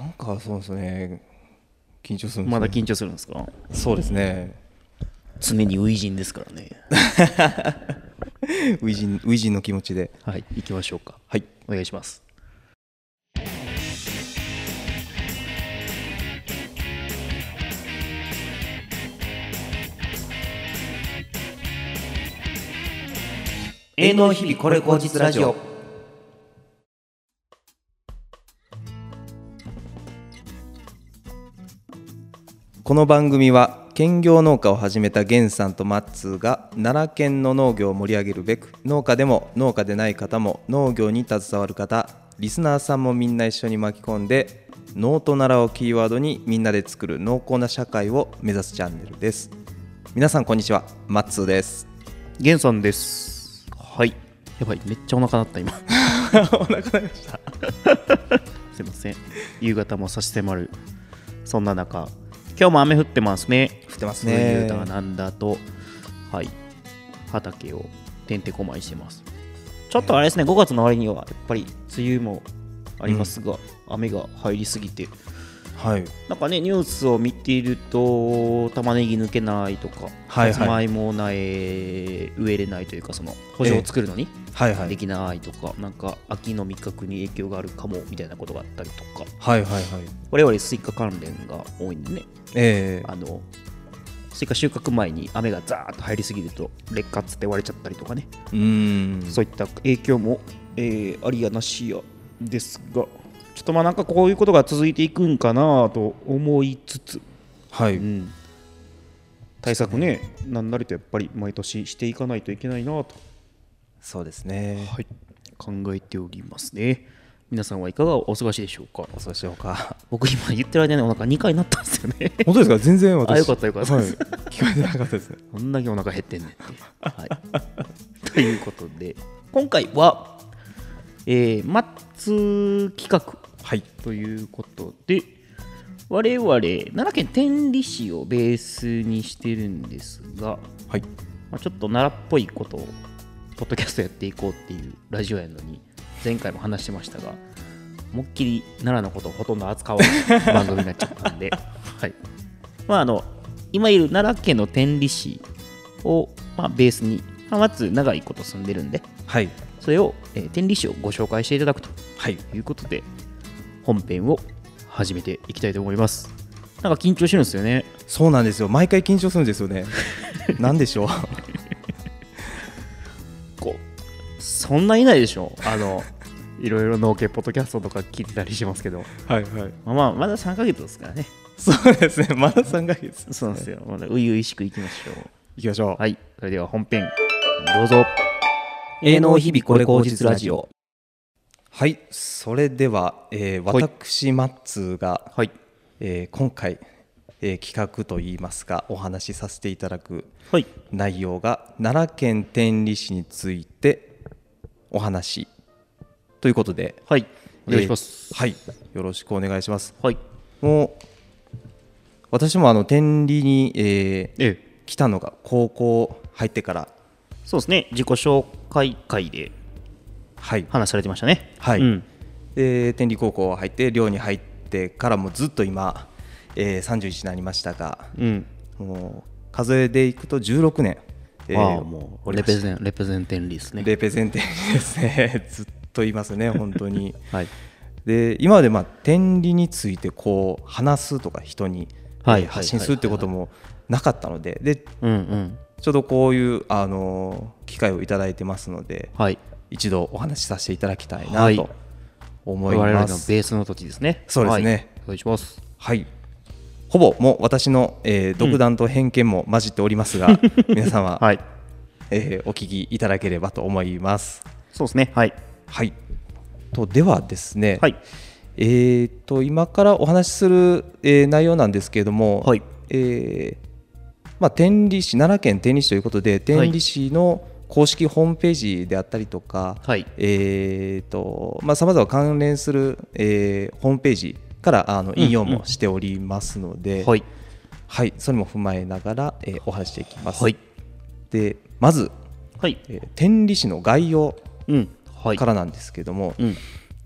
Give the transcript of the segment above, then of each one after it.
なんかそうですね緊張するんですよまだ緊張するんですかそうですね常に初陣ですからね初陣初陣の気持ちではい行きましょうかはいお願いします営農日々これ後日ラジオこの番組は兼業農家を始めた源さんとマッツーが奈良県の農業を盛り上げるべく農家でも農家でない方も農業に携わる方リスナーさんもみんな一緒に巻き込んで「農と奈良」をキーワードにみんなで作る濃厚な社会を目指すチャンネルです皆さんこんにちはマッツーですゲンさんですはいやばいめっちゃお腹鳴った今 お腹鳴りましたすいません夕方も差し迫るそんな中今日も雨降ってますね降ってますそういうね歌がなんだと、はい、畑をてんてこまいしてます。ちょっとあれですね、5月の終わりにはやっぱり梅雨もありますが、雨が入りすぎて、はいなんかね、ニュースを見ていると、玉ねぎ抜けないとか、はいはいさつまいも苗植えれないというか、その補助を作るのにはいはいできないとか、なんか秋の味覚に影響があるかもみたいなことがあったりとか、はいはいはい我々スイカ関連が多いんでね、ええあのスイカ収穫前に雨がザーッと入りすぎると劣化っつって割れちゃったりとかね、うーんそういった影響も、えーありやなしやですがちょっとまあなんかこういうことが続いていくんかなと思いつつ、はういん、対策ねなんなりとやっぱり毎年していかないといけないなと、そうですねはい、考えておりますね皆さんはいかがお過ごしでしょうかそうしようか 僕今言ってる間にお腹2回なったんですよね 本当ですか全然私あよかったよかったはい、聞こえてなかったですねどんだけお腹減ってんねんって。はい、 ということで今回は、えー、マッツ企画はいということで我々奈良県天理市をベースにしてるんですが、はいまあ、ちょっと奈良っぽいことをポッドキャストやっていこうっていうラジオやのに前回も話してましたが思いっきり奈良のことをほとんど扱わない番組になっちゃったんで、はいまあ、あの今いる奈良県の天理市を、まあ、ベースに、まあ、まず長いこと住んでるんではいそれを、えー天理市をご紹介していただくとはいということで本編を始めていきたいと思いますなんか緊張してるんですよねそうなんですよ毎回緊張するんですよ ねなんでしょうこうそんないないでしょあのいろいろ農家ポッドキャストとか聞いてたりしますけど、はいはいまあ、まあまだ3ヶ月ですからねそうですねまだ3ヶ月そうなんですよまだ初々しくいきましょう行きましょう、はいそれでは本編どうぞ営農日々これ後日ラジオはい、それでは、えーはい私マッツーが、はいえー今回、えー企画といいますかお話しさせていただくはい内容が奈良県天理市についてお話ということではいお願いします、えーはいよろしくお願いしますはいもう私もあの天理に、えーええ来たのが高校入ってからそうですね自己紹介会ではい、話されてましたねはいうんで天理高校入って寮に入ってからもずっと今、えー、31になりましたがうんもう数えでいくと16年、えーああもうおレりまペしゼンレペゼンテンリーですたねレペゼンテですねずっといますね本当に はいで今までまあ天理についてこう話すとか人に、はいえーはい発信するってこともなかったのででうんうんちょうどこういう、あのー機会をいただいてますのではい一度お話しさせていただきたいはないと思我い々のまベす。ースの土地ですねそうですねはいお願いしますはいほぼもう私の、えー独断と偏見も混じっております が、皆様、はいえーお聞きいただければと思います。そうですねはいはい、とではですね、はいえー、と今からお話しする、えー内容なんですけれども、はいえーまあ、天理市奈良県天理市ということで天理市の公式ホームページであったりとか、はいえーとまあ、さまざま関連する、えーホームページからあのんうん引用もしておりますので、はいはいそれも踏まえながら、えーお話ししていきます。はいでまず、はいえー天理市の概要うんはいからなんですけども、うん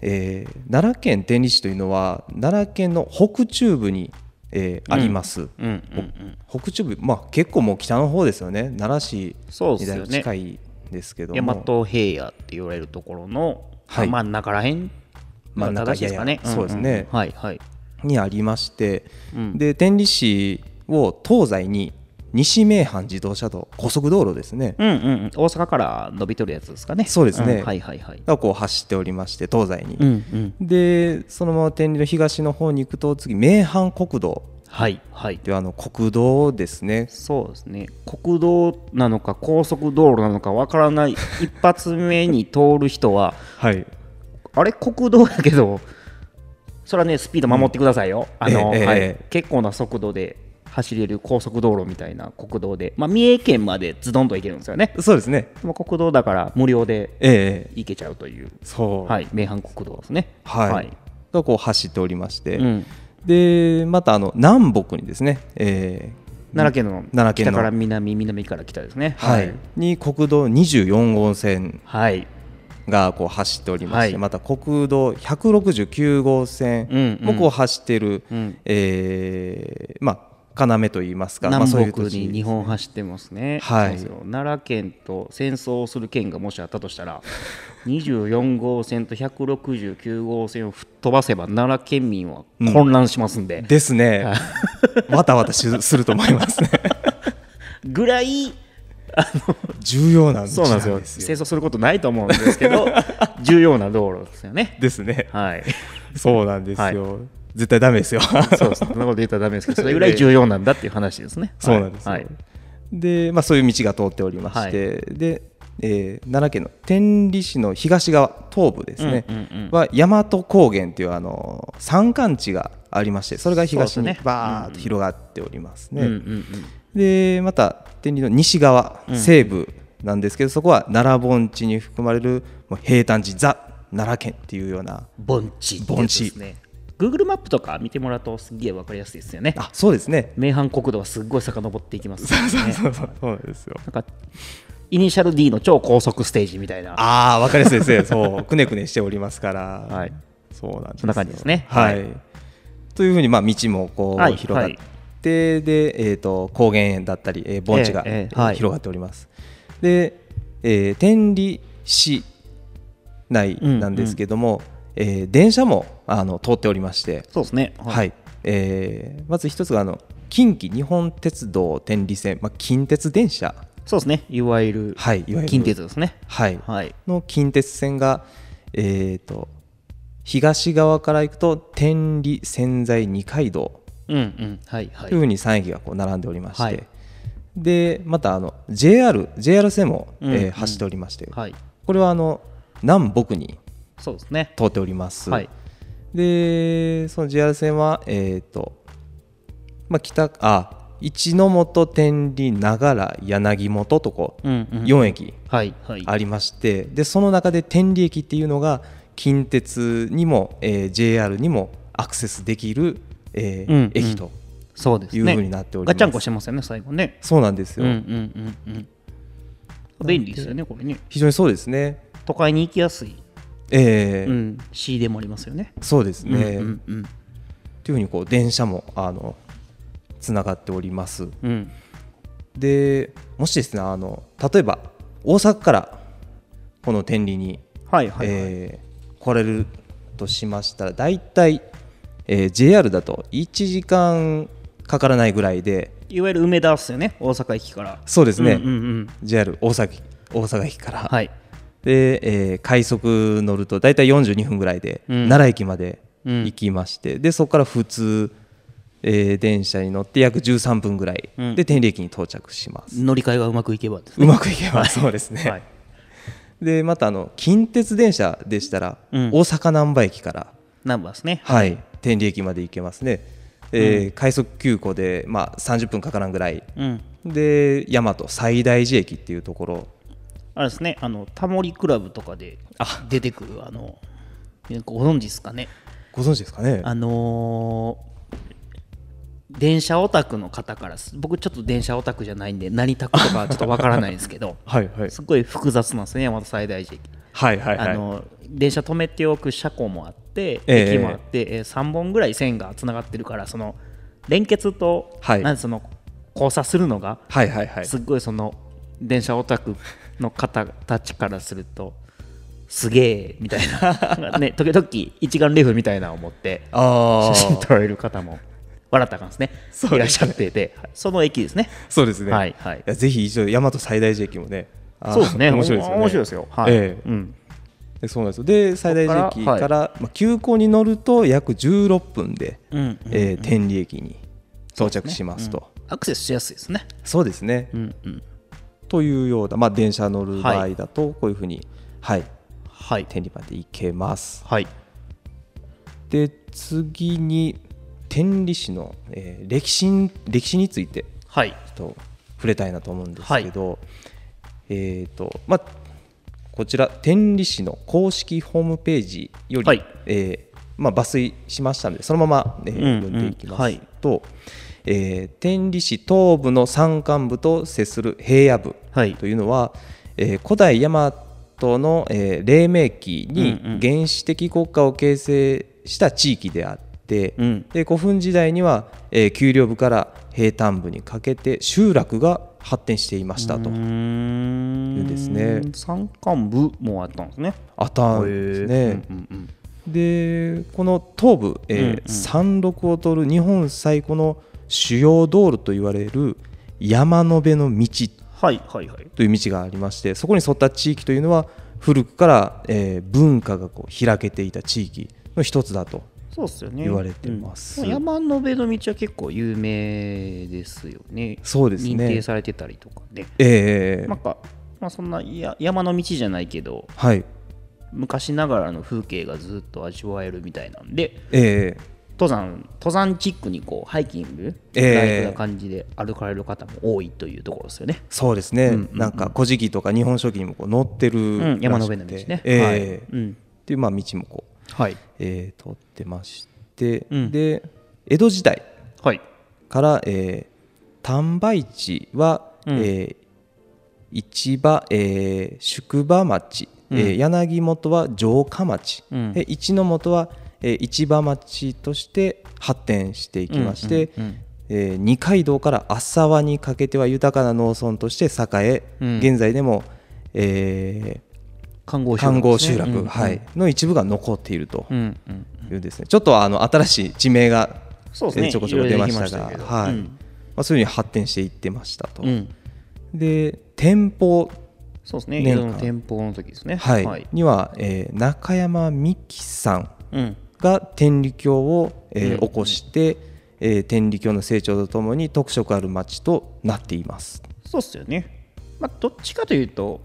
えー奈良県天理市というのは奈良県の北中部に、えーあります、うんうんうん、北中部、まあ、結構もう北の方ですよね奈良市そうにですだいよぶね近いですけど大も、和平野って言われるところの、はい真ん中らへん真ん中正しいですかねいやいやそうですねんんはいはい、にありまして、うんで天理市を東西に西名阪自動車道高速道路ですね、うんうんうん、大阪から伸びとるやつですかねそうですねんはいはいはい、がこう走っておりまして東西に、うんうん、でそのまま天理の東の方に行くと次名阪国道はいはいであの国道ですねそうですね国道なのか高速道路なのかわからない一発目に通る人ははいあれ国道やけどそれはねスピード守ってくださいよ、あのええはいええ結構な速度で走れる高速道路みたいな国道で、まあ、三重県までズドンと行けるんですよねそうですねでも国道だから無料でええ行けちゃうという、そうはい、名阪国道ですねはいがこう走っておりまして、うん、でまたあの南北にですね、えー奈良県の奈良県の北から南南から北ですねはい、に国道24号線はい、がこう走っておりまして、はいまた国道169号線うんうもんこう走っている、うん、えーまあ、要といいますか、まあ、そうい南う北土地に日本走ってますね、はいそうですよ奈良県と戦争をする県がもしあったとした ら24号線と169号線を吹っ飛ばせば奈良県民は混乱しますんで、ですね、わたわたしすると思い ますね、ぐらい重要な道そうなんですよ戦争することないと思うんですけ ど重要な道路ですよねですね、はいそうなんですよ、絶対ダメですよ。そうですそんなこと言ったらダメですけどそれぐらい重要なんだっていう話ですね そうなんですよ、はいで、まあ、そういう道が通っておりまして、で、えー奈良県の天理市の東側東部ですね、うんうんうんは大和高原というあの山間地がありましてそれが東そうでにすねバーッと広がっておりますね。うんうんうんでまた天理の西側西部なんですけど、そこは奈良盆地に含まれるもう平坦地ザ奈良県っていうような盆地ってやつですね Google マップとか見てもらうとすっげえわかりやすいですよねあそうですね。名阪国道はすっごい遡っていきますね そうそうそうなんですよ。なんかイニシャル D の超高速ステージみたいなああわかりやすいですね。そうくねくねしておりますから。はいそうなんですよそんな感じですねはい。はというふうに、まあ、道もこう、はい広がって、で、えー、と高原園だったり、えー盆地が、ええええはい広がっております。で、えー天理市内なんですけども、えー電車もあの通っておりまして、そうですねはいえーまず一つがあの近畿日本鉄道天理線、まあ、近鉄電車、そうですねいわゆるはい、いわゆる近鉄ですねはい、はいの近鉄線が、えー、と東側から行くと天理千載二階道うんうんはいはといいうふうに3駅がこう並んでおりまして、はいでまたあの JR, JR 線も、うんえーうん走っておりまして、はいこれはあの南北にそうですね通っております、はいでその JR 線は、えーとまあ、北あ一ノ本天理長良柳本とこううんうん4駅はいはいありましてでその中で天理駅っていうのが近鉄にも、えー JR にもアクセスできる、えーうんうん駅とそうですねいうふうになっておりますガチャンコしてますよね最後ねそうなんですうよ、んうんうんうん便利ですよねこれね非常にそうですね都会に行きやすいえーうん仕入れもありますよねそうですうんうね、んうんというふうにこう電車もあのつながっておりますうんでもしですねあの例えば大阪からこの天理に、はいはいはいえー来れるとしましたら大体、えー JR だと1時間かからないぐらいでいわゆる梅田っすよね大阪駅からそうですね、うんうんうん JR 大阪大阪駅から、はいで、えー快速乗ると大体42分ぐらいで、うん奈良駅までうん行きまして、でそこから普通、えー電車に乗って約13分ぐらい、うんで天理駅に到着します、乗り換えがうまくいけばですうまくいけば、そうですね、はいでまたあの近鉄電車でしたら、うん大阪難波駅から、ナンバーですねはい、天理駅まで行けますね、えー快速急行で、まあ、30分かからんぐらいうんで大和西大寺駅っていうところあれですねあのタモリクラブとかで出てくるあのご存知ですかねご存知ですかねあのー電車オタクの方からす僕ちょっと電車オタクじゃないんで何タクとかちょっとわからないんですけど はいはいすごい複雑なんですね山田最大寺駅はいはいはいあの電車止めておく車庫もあって、ええ駅もあって、え3本ぐらい線がつながってるからその連結と、はいなんでその交差するのがはいはいはいすっごいその電車オタクの方たちからするとすげえみたい な、ね、時々一眼レフみたいなのを持ってあ写真あ 撮られる方も笑ったかんですねそうですねいらっしゃっててはいその駅ですねそうですね、はいはいやぜひ一度大和最大寺駅もねあーそうですね 面白いですよね面白いですよはい、ええうんでそうなんですよで最大寺駅こかっらからまあ、急行に乗ると約16分で、うんうんえー天理駅に到着しますとアクセスしやすいですねそうですね、うんうんというような、まあ、電車乗る場は合いだとこういうふうに、はい、はい天理まで行けますはいで次に天理市の、えー歴史に歴史についてはいちょっと触れたいなと思うんですけど、えっ、とまあこちら天理市の公式ホームページより、はいえーまあ、抜粋しましたのでそのまま、えーうんうん読んでいきますと、えー天理市東部の山間部と接する平野部はいというのは、えー古代大和の、えー黎明期うんうにん原始的国家を形成した地域であって、うんで古墳時代には、えー丘陵部から平坦部にかけて集落が発展していましたとうーいうんんですね山間部もあったんですねあったんですね。へえうんうんでこの東部、えーうんうん山麓を通る日本最古の主要道路と言われる山の辺の道はいはいはいという道がありましてそこに沿った地域というのは古くから、えー文化がこう開けていた地域の一つだとそうですよね言われてますうん山の辺の道は結構有名ですよねそうですね認定されてたりとかねえーなんか、まあ、そんないや山の道じゃないけどはい昔ながらの風景がずっと味わえるみたいなんでえー登山登山チックにこうハイキングええライフな感じで歩かれる方も多いというところですよね、そうですね、うんうんうんなんか「古事記」とか「日本書紀」にもこう載ってるうん、山のらしく辺のて道ねえーはいっうんていうまあ道もこう、はいえー通ってまして、うんで江戸時代はいから、えー丹波市は、うんえー市場、えー宿場町、うんえー柳本は城下町、うんで一の本は、えー市場町として発展していきまして、うんうんえー二階堂から浅輪にかけては豊かな農村として栄え、うん現在でも、え看護ー環合集集落ですね落、うんうんはい、の一部が残っているとうんうんいうですね、ちょっとあの新しい地名がそうですねえーちょこちょこ出ましたいろいろができましたけどはいうんまあ、そういうふうに発展していってましたと、うんで天保、そうですね年江間戸の店舗の時ですねはいには、えー中山美紀さんうんが天理教を、えーうんうん起こして、えー天理教の成長とともに特色ある町となっています。そうっすよね、まあ、どっちかというと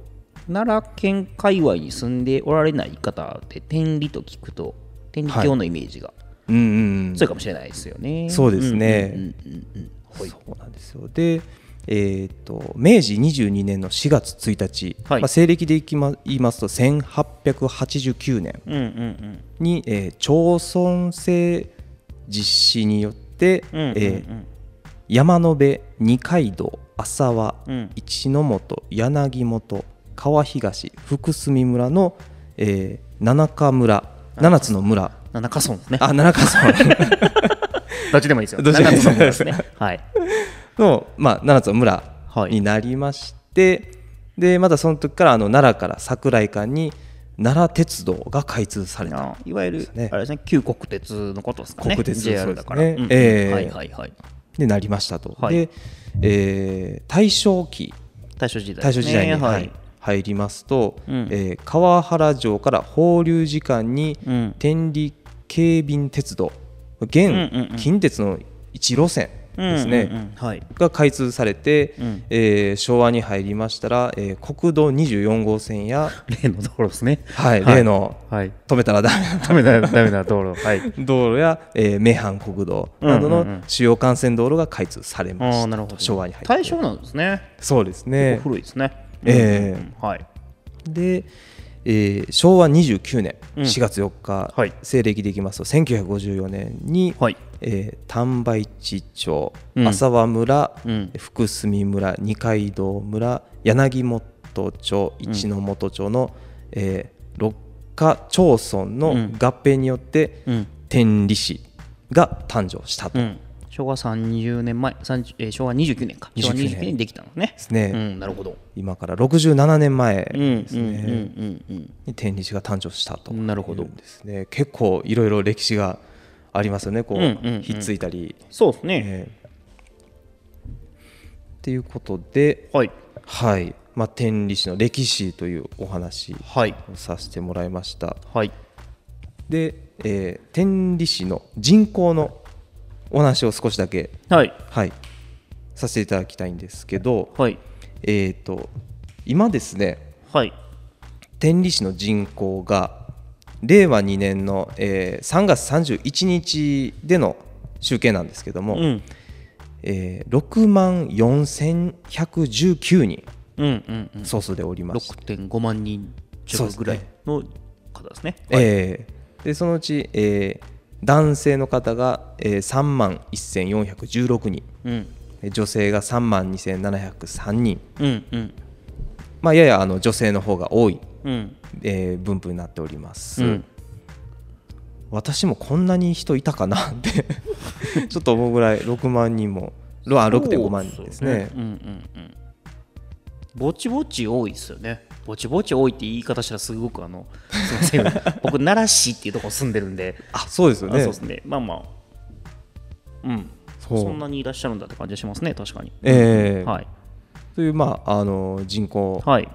奈良県界隈に住んでおられない方って天理と聞くと天理教のイメージがうんうんうん強いかもしれないですよね、そうですねうんうんうんうんはいそうなんですよで、えー、と明治22年の4月1日、はいまあ、西暦でいきま言いますと1889年うんうんに、えー町村制実施によって、うんうんうんうんえー山野辺二階堂浅和、うん一ノ本柳本川東福住村の、えー七日村7つの村七か村ですねあ七日村どっちでもいいですよどっちでもいい七でつすの村で すねはいの、まあ、7つの村はいになりまして、でまたその時からあの奈良から桜井間に奈良鉄道が開通されたいわゆるすねあれですね旧国鉄のことですかね国鉄 JR だからそうですねうんうんええはいはいはいでなりましたと、はいで、えー大正期大正時代大です正ね時代に、ははいい入りますと、うんえー川原城から法隆寺間にうん天理警備鉄道ん現うんうん近鉄の一路線ですね、うんうんうんはいが開通されて、うんえー昭和に入りましたら、えー国道24号線や、例のところですねはいはい例のはい止めた らダメなダメだダメだ道路はい道路や、えー名阪国道などうんうんうのん主要幹線道路が開通されましたあと、あなるほど昭和に入って大正なんですねそうです結ね構古いですねええうんうんうんはいで、えー昭和29年うん4月4日、はい西暦でいきますと1954年に、はいえー丹波市町うん浅和村、うん福住村二階堂村柳本町一ノ本町の、えー六家町村のうん合併によってうん天理市が誕生したとうでん、昭和30年前、30えー昭和29年か、昭和29年29年にできたのね。すね、うん、なるほど。今から67年前うん、うんで、すね、うん、うん、に天理市が誕生したとなるほどいうんです、ね、結構いろいろ歴史がありますよねこう、うんうんうんひっついたり、そうですね。えーっていうことで、はい、はいまあ、天理市の歴史というお話はい、をさせてもらいましたはい。で、えー天理市の人口のお話を少しだけ、はい、はい、させていただきたいんですけど、はい、えー、と今ですねはい。天理市の人口が令和2年の、えー3月31日での集計なんですけども、うん、えー6万4119人うん、うん、うん。総数でおります、 6.5万人ちょっとぐらいの方ですね。えーでそのうち、えー男性の方が、えー3万1416人うん、えー女性が3万2703人、うん、うん、まあ、ややあの女性の方が多い、うん、えー分布になっております、うん。私もこんなに人いたかなって ちょっと思うぐらい6万人もあ6.5万人ですねうんうんうん。ぼちぼち多いですよね。ぼちぼち多いって言い方したらすごくあの、すみません。 僕、奈良市っていうところ住んでるんで、あそうですよあねそうですね。まあまあ、うん。そうそんなにいらっしゃるんだって感じがしますね、確かに。えーはい。という、まあ、あの人口はい。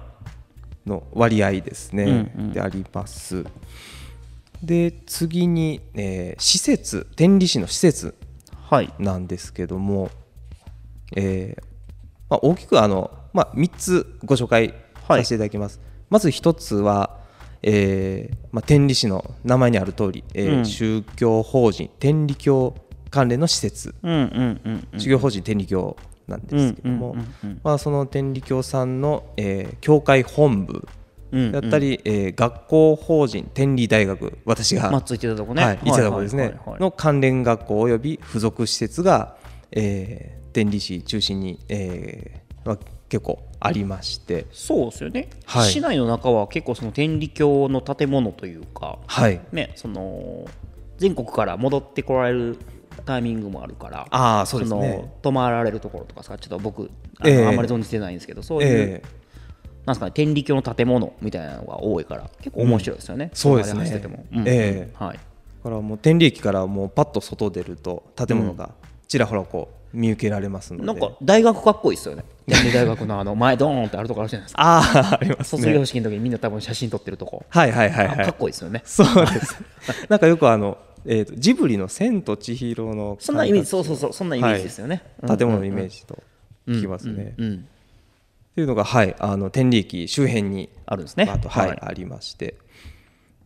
の割合ですね、うんうんでありますで次に、えー施設天理市の施設はい。なんですけども、えーまあ、大きくあの、まあ、3つご紹介はさいせていただきます、まず1つは、えーまあ、天理市の名前にある通り、えーうん宗教法人天理教関連の施設、うんうんうんうん。宗教法人天理教なんですけども、うんうんうんうんまあ、その天理教さんの、えー教会本部うんだったり、えー学校法人天理大学私がまあ、ついてたとこね。はい、いつだこですね、はいはいはいの関連学校および付属施設が、えー天理市中心に、えーまあ、結構ありまして、そうですよね、はい市内の中は結構その天理教の建物というか、はい、ね、その全国から戻ってこられるタイミングもあるからああそうですそねの泊まられるところとかさちょっと僕あの、ええあんまり存じてないんですけどそういう、えなんすかね天理教の建物みたいなのが多いから結構面白いですよね、そうですね走ってても、うんうんえはい、ーだからもう天理駅からもうパッと外出ると建物がちらほらこう見受けられますので、なんか大学かっこいいですよね天理大学のあの前ドーンってあるとこあるじゃな いですかあああります卒業ね式の時にみんな多分写真撮ってるとこ、はいはいはいはかっいこいいですよねそうですなんかよくあの、えーとジブリの「千と千尋の神隠し」そんなイメージそうそうそうそんなイメージですよね、うん建物のイメージと聞きますね、うんっていうのが、はい、あの天理駅周辺にあるんですねあとはいはいありまして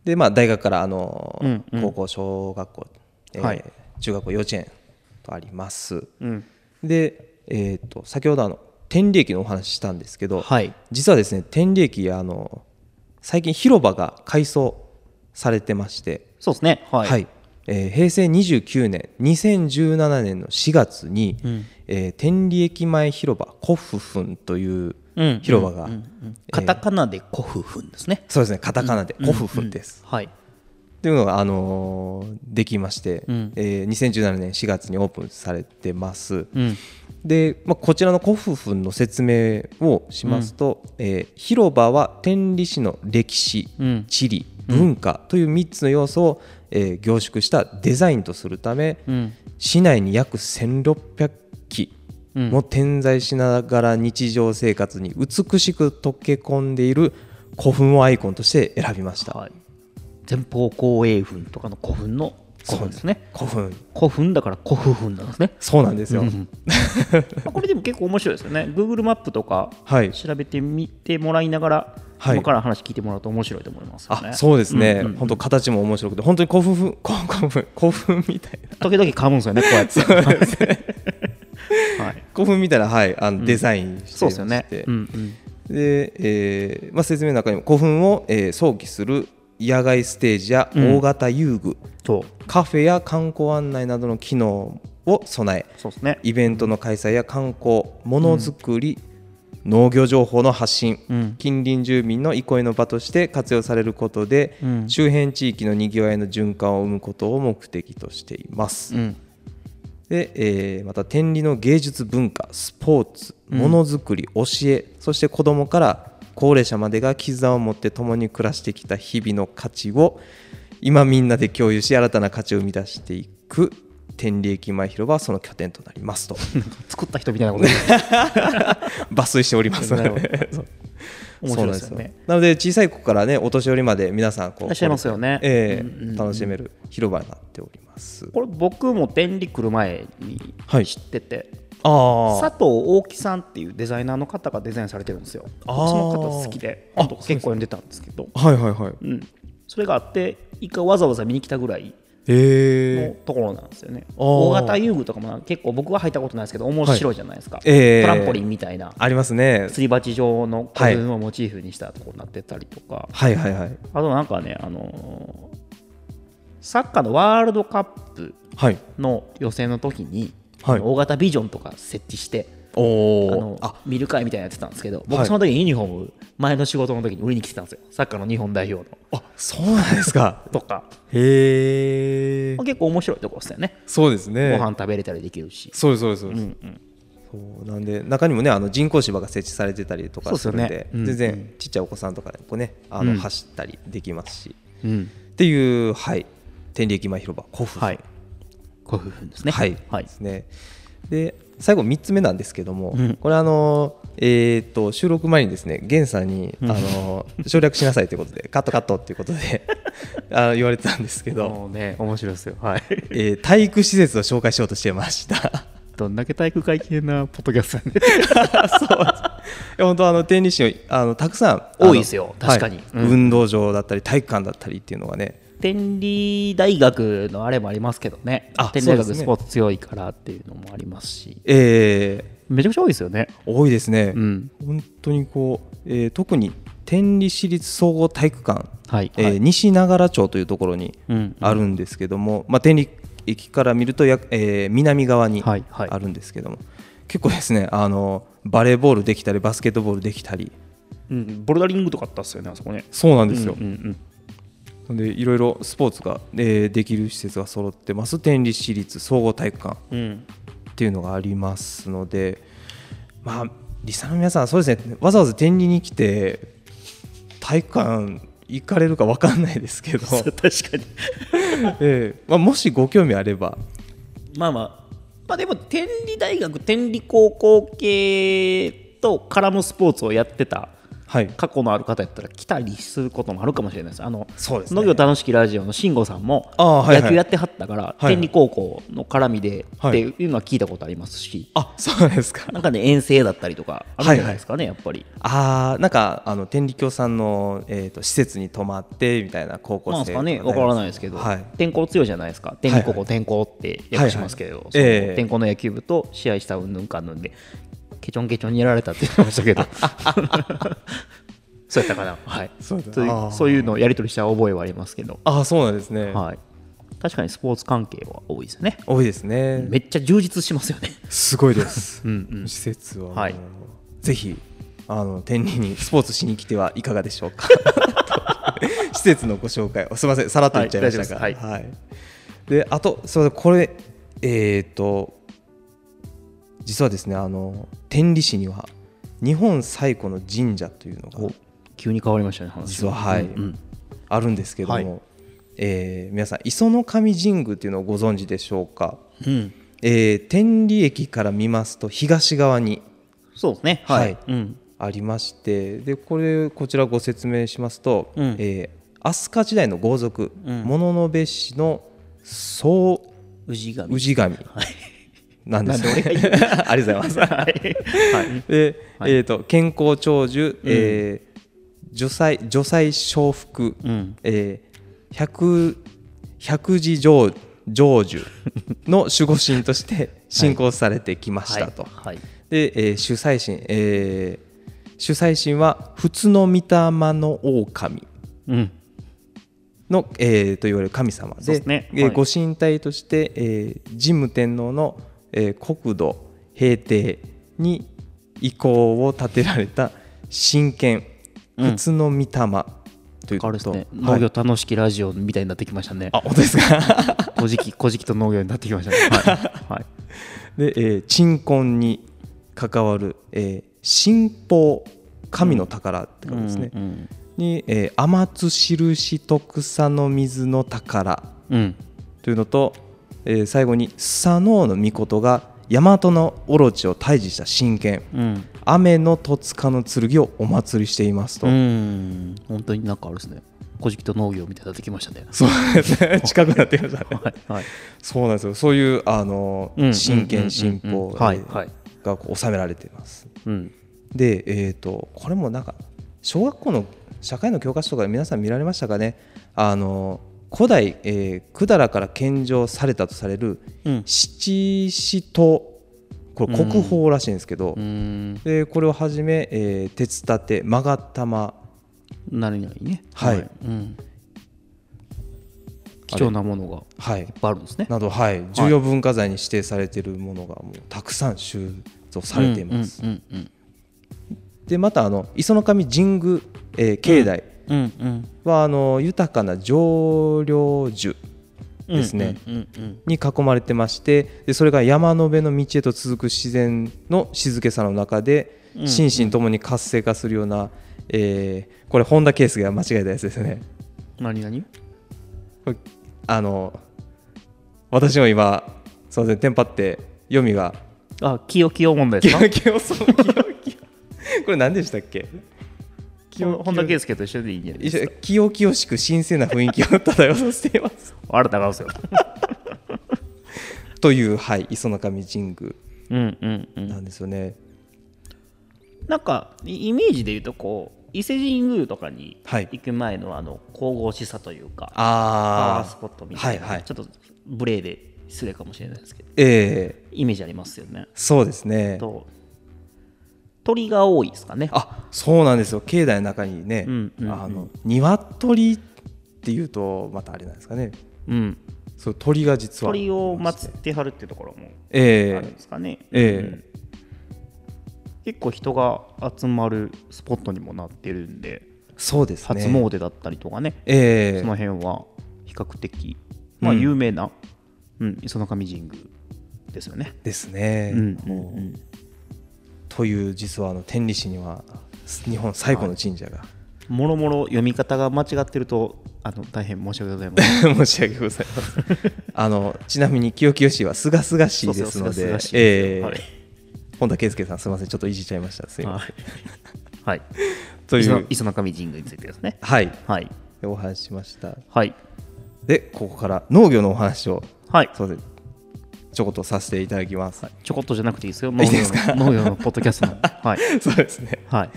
で、まあ、大学からあの、うんうん高校小学校、えーはい中学校幼稚園とありますうんで、えー、と先ほどあの天理駅のお話ししたんですけど、はい実はですね天理駅あの最近広場が改装されてまして、そうですねは、はいいえー平成29年2017年の4月に、んえー天理駅前広場コフフンといううん広場が、うんうんカタカナでコフフンですね、そうですねカタカナでコフフンです、はいっていうのが、あのーできまして、うんえー2017年4月にオープンされてます、うんで、まあ、こちらのコフフンの説明をしますと、えー広場は天理市の歴史、うん地理文化という3つの要素を、えー凝縮したデザインとするため、うん市内に約1600基うんも点在しながら日常生活に美しく溶け込んでいる古墳をアイコンとして選びました。はい、前方後円墳とかの古墳の古墳ですね古墳古墳だから古墳なんですねそうなんですよ。まあこれでも結構面白いですよね Google マップとかはい。調べてみてもらいながら、はい今から話聞いてもらうと面白いと思いますよねあ、そうですねんうん。本当形も面白くて、本当に古墳古古墳 古墳みたいな時々噛むんですよねこうやってはい古墳みたいなはいあのデザインしてそまうですよしねてう、んうんで、えーまあ説明の中にも古墳をえー想起する野外ステージやうん大型遊具、そうカフェや観光案内などの機能を備え。そうですねイベントの開催や観光ものづくり、農業情報の発信、うん近隣住民の憩いの場として活用されることで、うん周辺地域のにぎわいの循環を生むことを目的としています、うんで、えーまた天理の芸術文化スポーツうんものづくり、教えそして子どもから高齢者までが絆を持って共に暮らしてきた日々の価値を今みんなで共有し新たな価値を生み出していく天理駅前広場はその拠点となりますと作った人みたいなこ とで抜粋しておりますな るほどそう面白いですよそうなんねなので小さい子からねお年寄りまで皆さんこういらっしゃいますよねええうんうんうん楽しめる広場になっておりますこれ僕も天理来る前にはい知ってて、あ佐藤大木さんっていうデザイナーの方がデザインされてるんですよあそーの方好きであ本当結構読んでたんですけどあはいはいはいうん、それがあって一回わざわざ見に来たぐらいのえところなんですよね、あー大型遊具とかもなんか結構僕は入ったことないですけど面白いじゃないですか、ええトランポリンみたいなー、ありますねすり鉢状の子はい犬をモチーフにしたとこになってたりとか、はいはいはいあとなんかね、あのーサッカーのワールドカップはいの予選の時に、はい大型ビジョンとか設置しておあおの見る会みたいなのやってたんですけどは僕いその時にユニフォーム前の仕事の時に売りに来てたんですよサッカーの日本代表のあそうなんです かとか、へえまあ結構面白いところですよね、そうですねご飯食べれたりできるし、そうですそうですそううでんうす、ん、そうなんで中にもねあの人工芝が設置されてたりとかすそうるですんよねでうん全然ちっちゃいお子さんとかでもねあうのん走ったりできますし、うんっていうはい天理駅前広場古墳はいこういうふうにですねはい、はいですね。で最後3つ目なんですけども、うんこれあのえー、と収録前にですね源さんに、うんあの省略しなさいということ でカットカットっていうことであの言われてたんですけど、もうね面白いですよはいえー体育施設を紹介しようとしてました。 どんだけ体育会系なポッドキャストなんでいや本当あの天理市をあのたくさんあの多いですよ確かにはいうん運動場だったり体育館だったりっていうのがね 天理大学のあれもありますけどねあ天理大そう学ですねスポーツ強いからっていうのもありますしえーめちゃくちゃ多いですよね多いですね、うん本当にこう、えー特に天理市立総合体育館、はいえーはい西長良町というところにうんあるんですけども、まあ、天理駅から見るとや、えー南側にはいはいあるんですけども、結構ですねあのバレーボールできたりバスケットボールできたりうん、ボルダリングとかあったっすよねあそこねそうなんですよ、うんうんでいろいろスポーツが、えーできる施設が揃ってます天理市立総合体育館うんうんっていうのがありますのでまあリサの皆さんそうですねわざわざ天理に来て体育館行かれるかわかんないですけど、そう 確かに ええまあ、もしご興味あればまあまあまあでも天理大学天理高校系と絡むスポーツをやってたはい過去のある方やったら来たりすることもあるかもしれないですあのそうですね農業楽しきラジオの慎吾さんもああはいはい野球やってはったから、いはい天理高校の絡みでっはいていうのは聞いたことありますし、あそうなんですかなんかね遠征だったりとかあるんじゃないですかね、やっぱりあーなんかあの天理教さんの、えー、と施設に泊まってみたいな高校なんです生かねわわからないですけど、はい、天候強いじゃないですか天理高校、は天候って訳しますけど、はいはいそのええ天候の野球部と試合したうんぬんかんぬんでケチョンケチョンにやられたって言ってました けどそうやったかなはいそうだそういあうーそういうのをやり取りした覚えはありますけどあーそうなんですね、はい、確かにスポーツ関係は多いですね。多いですねめっちゃ充実しますよね。すごいです。ん うん施設はもう、はいぜひあの天理 にスポーツしに来てはいかがでしょうか。施設のご紹介をすみませんさらっと言っちゃいましたが、はい大丈はいであとすみませんこれえっ、と実はですねあの天理市には日本最古の神社というのが急に変わりましたね、話が実ははいうんあるんですけども、はいえー皆さん磯の神神宮というのをご存知でしょうか。うんうんえー天理駅から見ますと東側にそうですね、はい。はいうんありましてでこれこちらご説明しますと、うんえー飛鳥時代の豪族、うん物部氏の総氏神氏神はいなんです、なんで俺 がありがとうございます。 はいはいで、はいえー、と健康長寿、えー除災除災承服、うんえー百百字成成 就の守護神として信仰されてきましたと。はいはいで、えー主催神、えー主催神は仏の御霊の狼うんの、えーと言われる神様そうでですねえーはいご神体として、えー神武天皇の、えー国土平定に意向を立てられた真剣うん靴の御霊というあこれですと、ね、は農い業楽しきラジオみたいになってきましたね。 あ本当ですか 古事記、古事記と農業になってきましたね。はい。はい、で、えー鎮魂に関わる、えー神宝神の宝ってことですね、うん。に、えー天津印徳佐の水の宝うん。というのと、えー最後に佐野の御事が大和のオ地を退治した神剣うん。雨の戸塚の剣をお祭りしていますと、うん。本当になんかあれですね。古事記と農業みたいになってきましたね。そうですね 近くなってきましたねはい。はい。そうなんですよそういうあのうん神うんうんうんうん剣神宝はいえーはいがこう収められていますうん。でえっ、とこれもなんか小学校の社会の教科書とかで皆さん見られましたかねあの古代、えー百済から献上されたとされるうん。七支とこれ国宝らしいんですけど、うん。でこれをはじめ、えー鉄立て勾玉何々ね。はいうん。貴重なものがはいいっぱいあるんですね。など、はい、重要文化財に指定されているものがもうたくさん収蔵されています。うん。うん。でまたあの磯の神神宮、えー境内うん。うん。は、あの豊かな常緑樹うんですね、。うん。うん。に囲まれてましてでそれが山の辺の道へと続く自然の静けさの中でうん心身ともに活性化するような、えーこれ本田圭佑が間違えたやつですね何々。これあの私も今すいませんテンパって読みがあ、清清問題キですかヨ。 キヨそうキヨキヨこれ何でしたっけほん本田圭佑と一緒でいいんじゃないで一す緒か。キヨキヨしく神聖な雰囲気を漂わさせていますあれ高尾ですよ。というはい磯の神神宮うんうんうん。なんですよね、なんかイイメージで言うとこう伊勢神宮とかにはい行く前のあの神々しさというか、パワあースあポットみたいな、はいはいちょっと無礼で失礼かもしれないですけどええイメージありますよね。そうですねと鳥が多いですかね。あそうなんですよ境内の中にね、うんうんうんあの鶏っていうとまたあれなんですかねうん、そう鳥が実は鳥を祀ってはるっていうところもあるんえですかね。ええうん結構人が集まるスポットにもなってるんでえそうですね初詣だったりとかねええその辺は比較的、まあ、うん有名な、うん磯の神神宮ですよね。ですね、うんうんもうという実はあの天理市には日本最古の神社が、もろもろ読み方が間違ってるとあの大変申し訳ございません。 申し訳ございませんあのちなみに清清市はすがすがしいですのそうそう清で々しいええはい本田圭佑さんすみませんちょっといじっちゃいました すみません、はい、 とい磯のう磯の神神宮についてですね。はいはい、お話ししましたはい、でここから農業のお話をはい、そうですちょこっとさせていただきます、ちょこっとじゃなくていいですよ、農いい業ですかの 農業のポッドキャストの。はい、そうですねはい、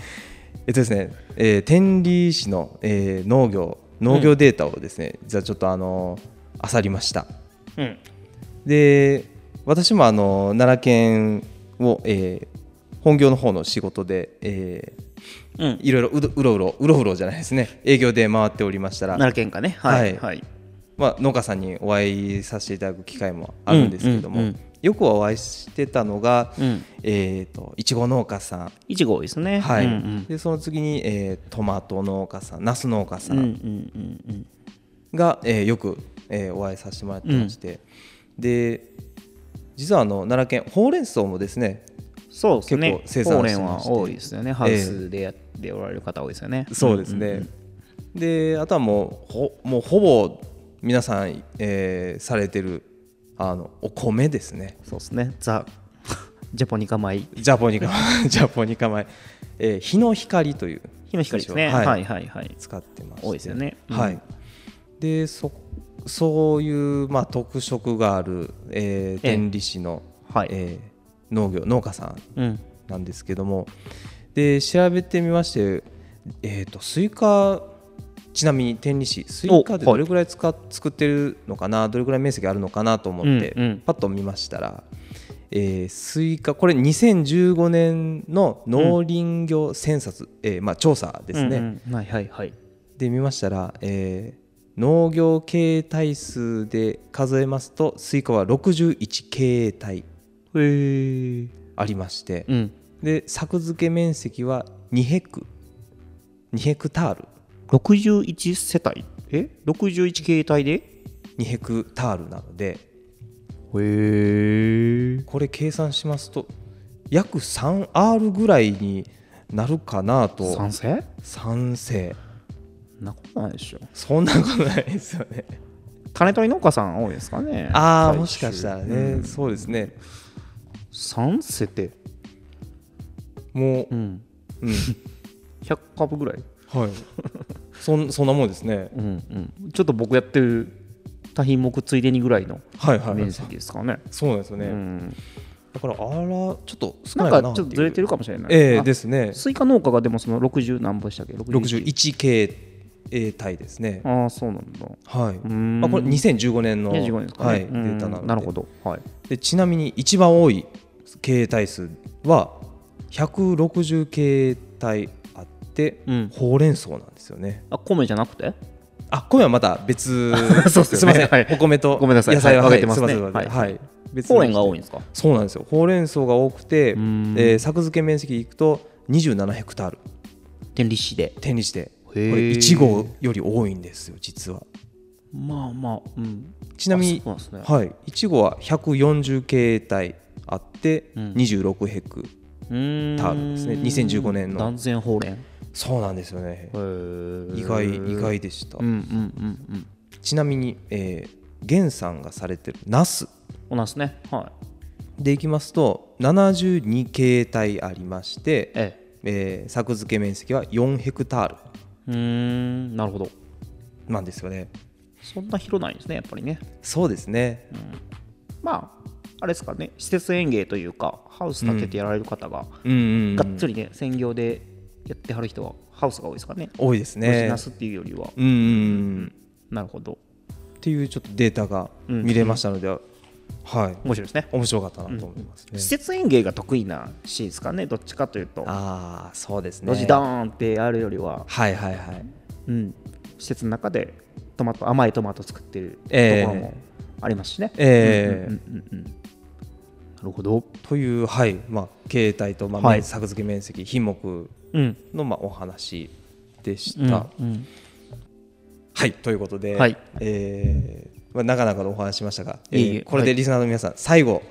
えっとですね、えー天理市の、えー農業農業データをですね、じゃあちょっとあのー漁りましたうん、で私もあのー奈良県を、えー本業の方の仕事で、えうーん、いろいろうどうろうろうろうろじゃないですね営業で回っておりましたら奈良県かね、ははいい、はい、まあ、農家さんにお会いさせていただく機会もあるんですけども、うんうんうんよくお会いしてたのが、うんえー、といちご農家さん、いちご多いですね。はいうんうんでその次に、えートマト農家さんナス農家さうんうんんうんうんが、えーよく、えーお会いさせてもらってまして、で実はあの奈良県ほうれん草もですねそうですね。結構生産ほうしてまれしてんは多いですよね。ハウスでやっておられる方多いですよね。そうですね、であとはもうほもうほぼ皆さん、えーされてるあのお米ですねそうですね。ザ・ ジャポニカ米。ジャポニカ ジャポニカ米、えー日の光という日の光ですね。品は種をはいいはいはい。使ってます多いですよねうんはい。でそそういうまあ特色がある、えーええ天理市の、はいえー農業農家さんうん。なんですけども、で調べてみまして、えっ、とスイカちなみに天理市スイカでおどはいれぐらい使っ作ってるのかな、どれぐらい面積あるのかなと思って、うんうんパッと見ましたら。えースイカこれ2015年の農林業センサス、えーまあ、調査ですね、うんうんはいはいはい。で見ましたら、えー農業形態数で数えますとスイカは61形態へえ。ありまして、うん。で作付け面積は2ヘク2ヘクタール61世帯え61形態でへ2ヘクタールなのでえこれ計算しますと約 3R ぐらいになるかなと賛成賛成なことないでしょそんなことないですよね種取り農家さん多いですかね ああ最終もしかしたらね、うんそうですね3世って、もうう、ん、うん100株ぐらい、はいそんそんなもんですねうんうん、ちょっと僕やってる多品目ついでにぐらいのはいはい、面積ですかね、そうなんですよね、うん、だからあらちょっと少なないかんかなちょっとずれてるるかもしれないええあですねスイカ農家がでもその60何本でしたっけ61 61形え体ですねああそうなんだはい、んまあ、これ2015年の25ですかね、はい、デうんータなのでなるほど、はい、でちなみに一番多い形態数は160形態あって、うんほうれん草なんですよねあ米じゃな くてあ米はまた別 そうっすよねすいません、はいお米とごめんなさい野菜は、はいはい分けてますねいませんははいい、別に公園が多いんですかそうなんですよほうれん草が多くて、えうんー作付け面積でいくと27ヘクタール天理市で天理してこへーれ1号より多いんですよ実はまあまあうんちなみあにそうなんですねはい1号は140形態あってうん26ヘク、うーんタールですね2015年の断然ほうれんへそうなんですよねえ意外意外でした、うんうんうんうんちなみに、えー、源さんがされてるナスおなすねはいでいきますと72形態ありまして、えええー作付け面積は4ヘクタールうーんなるほどなんですよねそんな広ないですねやっぱりねそうですねまああれですかね施設園芸というかハウス建ててやられる方が、うんうんうんがっつりね専業でやってはる人はハウスが多いですかね多いですねなすっていうよりはうんうんうんなるほどっていうちょっとデータが見れましたので、はい面白いですね面白かったなと思いますね、施設園芸が得意なシーンですかねどっちかというとああそうですねドジダーンってやるよりは、はいはいはいうん、施設の中でトマト甘いトマト作ってるとええころもありますしね、ええうんうんうんうんなるほど、というはいまあ形態とまあ、はい作付け面積品目うんのまあお話でしうんた、うんはいということで、はいえーまあ、なかなかのお話しましたが、えいえいえーこれでリスナーの皆さん、最後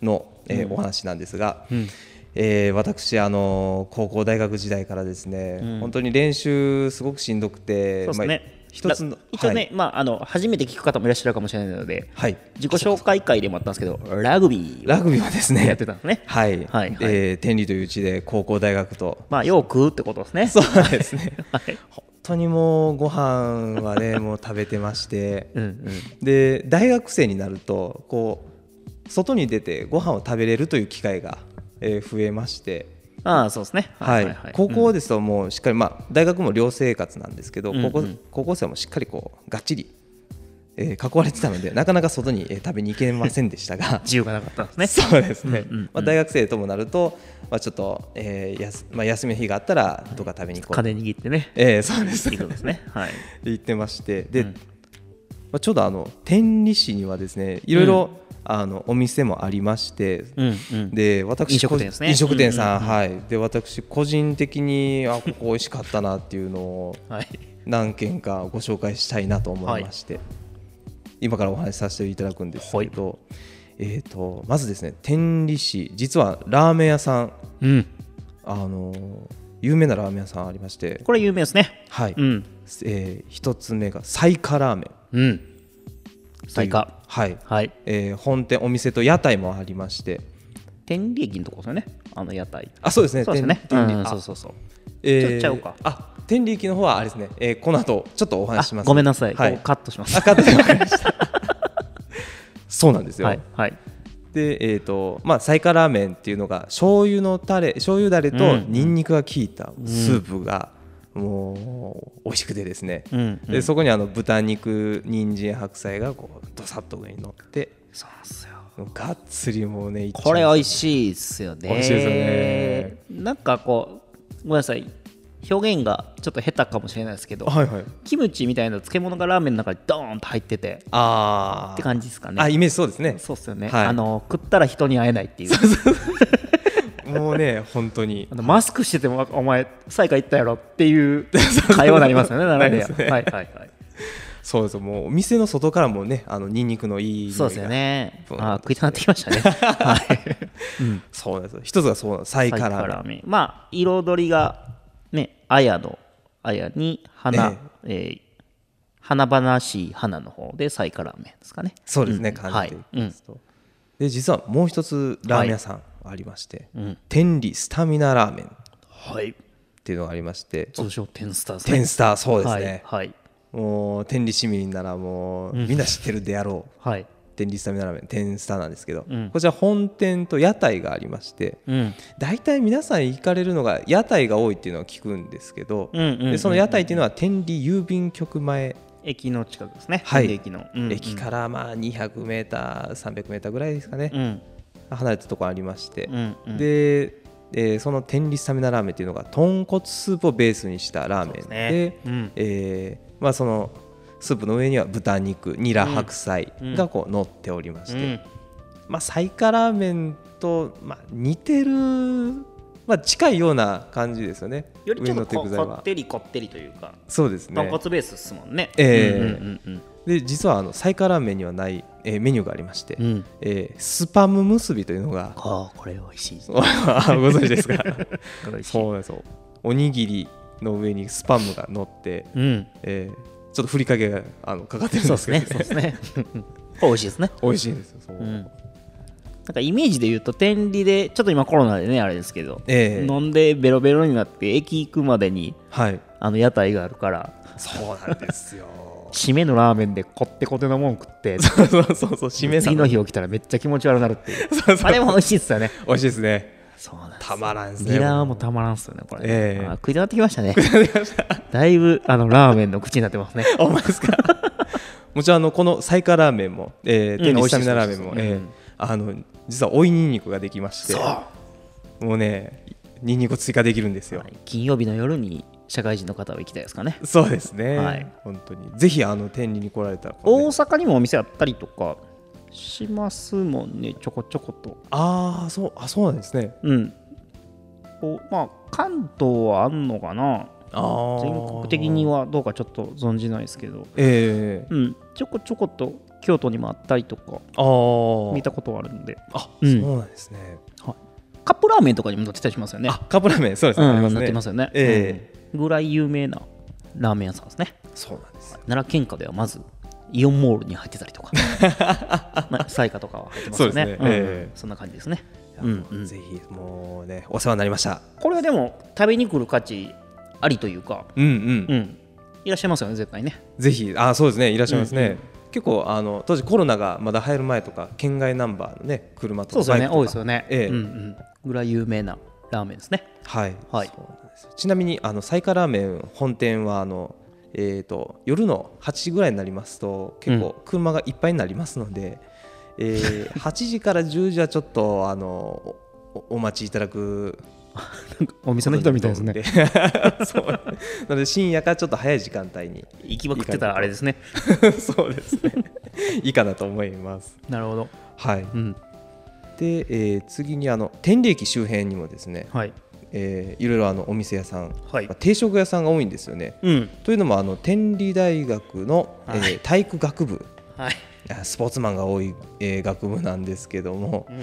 の、えーお話なんですが、うんえー私、あのー高校大学時代からですね、うん本当に練習すごくしんどくてそうですね、まあ、一つのまあ一応ね、はいまあ、あの初めて聞く方もいらっしゃるかもしれないのではい自己紹介会でもあったんですけどラグビーラグビーはですねやってたんですねはい、はいはいえー天理という地で高校大学とまあよく食うってことですねそうなんですね はい本当にもうご飯はねもう食べてましてうんうんで大学生になるとこう外に出てご飯を食べれるという機会が、えー増えまして、ああそうですねはい高うん校ですともうしっかり、まあ、大学も寮生活なんですけど、うんうん高校高校生はもうしっかりこうがっちり、えー囲われてたのでなかなか外に、えー食べに行けませんでしたが自由がなかったんですねそうですね、うんうんうんまあ、大学生ともなると、まあ、ちょっと、えーやすまあ、休みの日があったらどっか食べに行こう、金握ってねえーそうですいいことですねはい言ってましてで、うんまあ、ちょうどあの天理市にはですねいろいろ、あのお店もありまして、うんうんで私飲食店ですね飲食店さん、うんうはいで私個人的にあここ美味しかったなっていうのをはい何軒かご紹介したいなと思いまして、今からお話しさせていただくんですけど、えー、とまずですね天理市実はラーメン屋さんうんあの有名なラーメン屋さんありましてこれ有名ですねはい、うんえー一つ目がサイカラーメンうん最という下はい、はいえー本店お店と屋台もありまして天理駅のとこですよねあの屋台あそうですねそうですよね天天理うんあそうそうそうえちょっとちゃうかあ天理行きの方はあれですね、えーこの後ちょっとお話ししあますごめんなさいこはこいカットしますあカットでわかりましたそうなんですよ、はいはいでえっ、とまあサイカラーメンっていうのが醤油のタレ醤油だれうとんニンニクが効いたスープが、もう美味しくてですね、うんうんでそこにあの豚肉人参白菜がこうどさっと上に乗ってそうなんですよがっつりもうねいっちゃうこれ美味しいですよね美味しいですなんかこうごめんなさい表現がちょっと下手かもしれないですけどはいはいキムチみたいな漬物がラーメンの中にドーンと入っててああって感じですかねあイメージそうですねそうっすよね、はいあの食ったら人に会えないっていうももうね本当にあとマスクしててもお前サイカ行ったやろって いう会話になりますよねならでは、そうですねはいはいはいそうですもうお店の外からもねあのニンニクのいい匂いがそうですよねそうあー食いたくなってきましたねはいそうなんですよ一つがそうなんですサイカラーメンーメンまあ彩りがねあやのあやに花、えー花々しい花の方でサイカラーメンですかねそうですね、ん感じていきますと、で実はもう一つラーメン屋さんありまして、ん天理スタミナラーメンっはい、はい、ていうのがありまして通称テンスターズ天スターそうですね、はいもう天理市民ならもうみんな知ってるであろう、はい、はい、天理スタミナラーメン天スタなんですけど、うんこちら本店と屋台がありましてうん大体皆さん行かれるのが屋台が多いっていうのは聞くんですけど、うんうんうんでその屋台っていうのは天理郵便局前駅の近くですね、はい天理駅の、うんうん駅からまあ 200m、300m ぐらいですかね、うん離れたところありまして、うんうんで、えーその天理スタミナラーメンっていうのが豚骨スープをベースにしたラーメンでそうですねうんえーまあ、そのスープの上には豚肉ニラ白菜がこう乗っておりまして、うんまあ、サイカラーメンと、まあ、似てる、まあ、近いような感じですよねよりちょっと上この手具材こはってりこってりというかそうです豚ね骨ベースっすもんねええうんうんで実はあのサイカラーメンにはない、えーメニューがありまして、うんうんえースパム結びというのがあーこれ美味しい ご存知ですかこれ美味しいそうなんですよおにぎりの上にスパムが乗って、うんえーちょっとふりかけがあのかかってるんそうでですすけど、ね、そうですね。美味しいですね。 美味しいんですよそう、うんなんかイメージで言うと、天理で、ちょっと今コロナでね、あれですけど、ええ飲んでベロベロになって、駅行くまでにはいあの屋台があるから、そうなんですよ締めのラーメンでこってこてのもん食 って、 そうそうそうそう締めさ次の日起きたらめっちゃ気持ち悪くなるっていう。そうそうあれも美味しいですよね。美味しいですねそうなんです。たまらんですねニラもたまらんっすよね、これ、ええあ食いたなってきましたね。だいぶあのラーメンの口になってますね。あほんまです かもちろんあのこのサイカラーメンも、えー、天美理ス味しいタでミすナラーメンも、美味しいえでーすうんあの実は追いにんにくができましてもうねにんにく追加できるんですよ、はい金曜日の夜に社会人の方は行きたいですかね。そうですね、はい本当にぜひあの天理に来られたらこ大のね阪にもお店あったりとかしますもんねちょこちょことああそうあそうなんですねうんこうまあ関東はあんのかなあー全国的にはどうかちょっと存じないですけどええうんちょこちょこと京都にもあったりとかああ見たことはあるんであ、うんそうなんですねカップラーメンとかにも載ってたりしますよねあカップラーメンそうですうね、んありますね載ってますよねえうんぐらい有名なラーメン屋さんですねえそうなんですよ奈良県下ではまずイオンモールに入ってたり とか、まあ、サイカとかは入ってますよねそうですねえんえそんな感じですねいやうんうんぜひもうねお世話になりましたこれはでも食べに来る価値ありというか、うんうん、うん、いらっしゃいますよね絶対ねぜひあそうですねいらっしゃいますね、結構あの当時コロナがまだ入る前とか県外ナンバーのね車とかそうですよねバイクとか多いですよね、ええうんうん、ぐらい有名なラーメンですねはい、はいそうなんですよちなみにあのサイカラーメン本店はあのえー、と夜の8時ぐらいになりますと結構車がいっぱいになりますので、えー 8時から10時はちょっとあのおおお待ちいただくお店の人みたいですねね そうなので深夜からちょっと早い時間帯に 行きまくってたらあれですねそうですねいいかなと思いますなるほど、はいうんで、えー次にあの天理駅周辺にもですね、はいえーいろいろあのお店屋さん、はいまあ定食屋さんが多いんですよね。うんというのもあの天理大学の、えーはい体育学部はい、あスポーツマンが多い、えー学部なんですけども、うん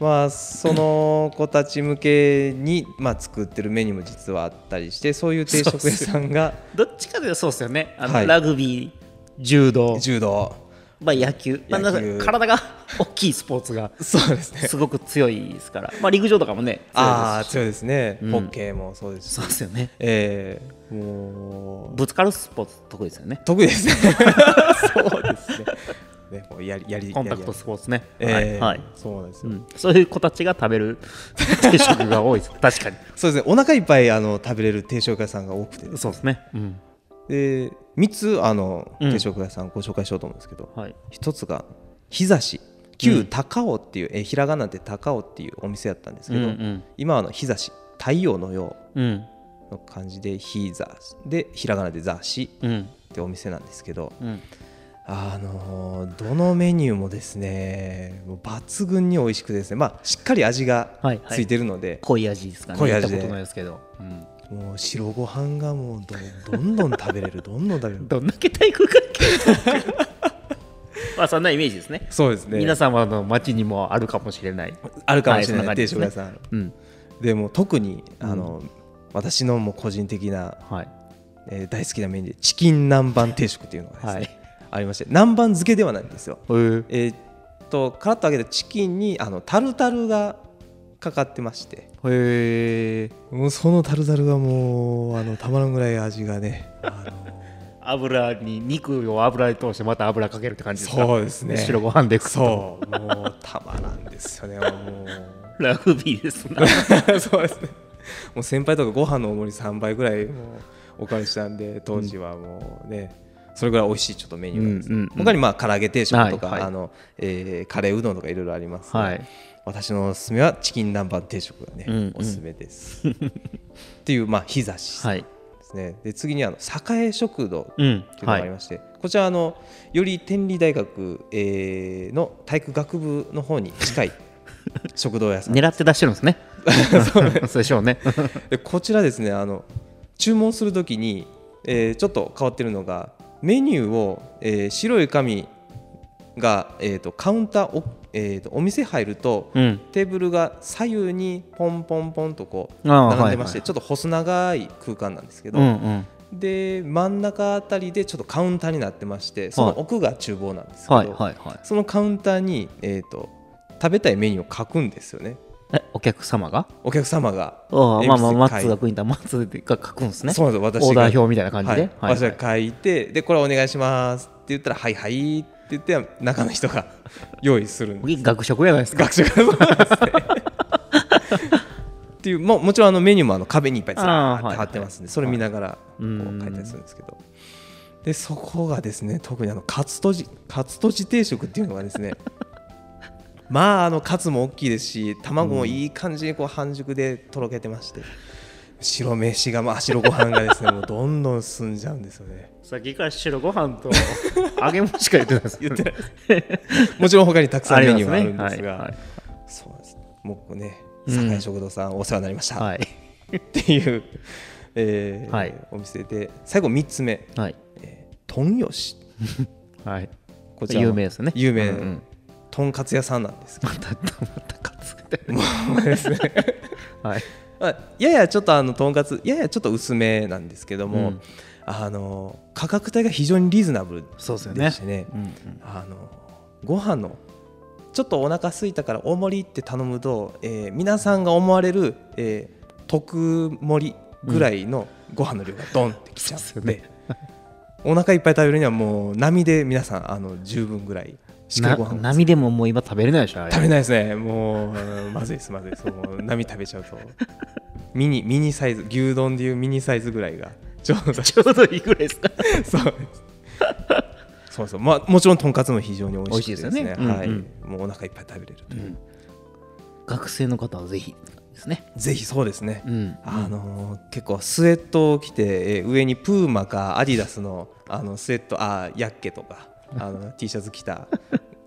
まあ、その子たち向けに、まあ、作ってるメニューも実はあったりしてそういう定食屋さんがどっちかというとそうですよねあの、はいラグビー柔道、柔道まあ、野球まあ、野な球んか体が 大きいスポ ーツがそうですねすごく強いですから、まあ、陸上とかもねあ強いあですし強いですね、うんホッケーもそうですしそうですよねえーもうぶつかるスポーツ得意ですよね得意ですね。そうですね。 ね、こうやりやりコンパクトスポーツね。やりやりえーはい、はいそうなんですうよ。ん。そういう子たちが食べる 定食が多いです。確かに。そうですね。お腹いっぱいあの食べれる定食屋さんが多くて、そうですね。うん。で三つあのうん定食屋さんご紹介しようと思うんですけど、はい。一つが日差し旧高尾っていう、えーひらがなで高尾っていうお店だったんですけど、ん。今はあの日差し太陽のようん。うの感じで日差しでひらがなで雑誌うん。ってお店なんですけど、うん。あのーどのメニューもですねもう抜群に美味しくてですね、まあ、しっかり味がはいはいついてるので、濃い味ですかね濃いやっ味たでことないですけど、うん、もう白ご飯がもうどどんどん食べれるどんどん食べれ るどんだけ体育会系 だっけまあそんなイメージですねそうですね皆様の街にもあるかもしれない、あるかもしれない、はい定そ食んな屋感じですさんうんでもう特にあの、私のもう個人的な、はいえー大好きなメニューでチキン南蛮定食っていうのがですね、はいありまして南蛮漬けではないんですようんえーっとカラッと揚げたチキンにあのタルタルがかかってましてへえもうそのタルタルがもうあのたまらんぐらい味がねあの油に肉を油に通してまた油かけるって感じですかそうですね白ご飯で食うとそうもうたまらんですよねもラグビーですなう そうですねもう先輩とかご飯のおもり3倍ぐらいもうお借りしたんで当時はもうね、それぐらい美味しいちょっとメニューなんです、うんうんうん他にまあ唐揚げ定食とか、はいはいあのえーカレーうどんとかいろいろあります、はい私のおすすめはチキン南蛮定食がね、うんうんおすすめです っていうまあ日差しはいですね、で次にあの栄食堂ってういうんのがはあいりまして、こちらあのより天理大学、えーの体育学部の方に近い食堂屋さん狙って出してるんですね そうでしょうねでこちらですねあの注文するときに、えーちょっと変わってるのがメニューを、えー白い紙が、えー、とカウンターお,、えー、とお店入ると、うんテーブルが左右にポンポンポンとこうあー並んでまして、はいはいちょっと細長い空間なんですけど、うんうんで真ん中あたりでちょっとカウンターになってましてその奥が厨房なんですけど、はいはいはいそのカウンターに、えー、と食べたいメニューを書くんですよねえお客様がお客様が。ああまあまあマ鉛筆で書いてッツが食いんだマッツが書くんですねそうなんです私がオーダー表みたいな感じで、はいはい私が書いてでこれお願いしますって言ったら「はいはい」って言って中の人が 用意するんです学食やないですか学習がそうなんですね っていうもうもちろんあのメニューもあの壁にいっぱいずらーって貼ってますんで、それ見ながらこうんう書いたりするんですけどでそこがですね特にあのカツとじカツとじ定食っていうのがですね まああのカツも大きいですし卵もいい感じにこう半熟でとろけてまして白飯がまあ白ご飯が ですねもうどんどん進んじゃうんですよねさっきから白ご飯 と揚げ物しか言ってないです言ってないもちろん他にたくさんメニューがああるりんまですすねがはいはいそうなんですもうねうん栄食堂さんお世話になりました、はいっていう、えーはいお店で最後3つ目はい豚よしはいこ有名ですね有名、うんうんとんかつ屋さんなんです けまたまたカツみたいどもうですねなはいあややちょっとあのとんかつややちょっと薄めなんですけども、うんあの価格帯が非常にリーズナブルでそうですよねしてねあのご飯のちょっとお腹空いたから大盛りって頼むと、えー皆さんが思われる、えー特盛りぐらいのご飯の量がドンってきちゃって、そうですよお腹いっぱい食べるにはもう波で皆さんあの十分ぐらいしっかりなご飯を波でももう今食べれないでしょあれ食べないですねもうまずいですまずいですもう波食べちゃうと ミニミニサイズ牛丼でいうミニサイズぐらいがちょうど ちょうどいいぐらいですかそうです。そうそう、まあ、もちろんとんかつも非常に美味しいです美味しいね。ですよねはい、うんもうお腹いっぱい食べれるという。学生の方はぜひですねぜひそうですね。うんあのー結構スウェットを着て、えー上にプーマかアディダスの、あのスウェット、あー、ヤッケとか。あ の T シャツ着た、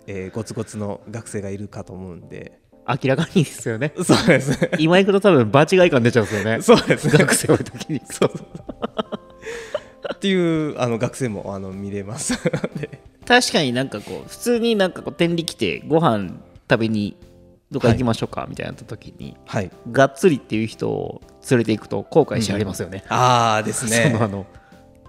えー、ゴツゴツの学生がいるかと思うんで。明らかにですよねそうですね。 今行くと多分場違い感出ちゃうんですよねそうですね。学生の時にそうっていう、あの学生も、あの見れ ますので。確かになんかこう普通になんかこう天理来てご飯食べにどっか行きましょうかみたいな時に、はい。がっつりっていう人を連れていくと後悔しはりますよね、ああですね。そのあの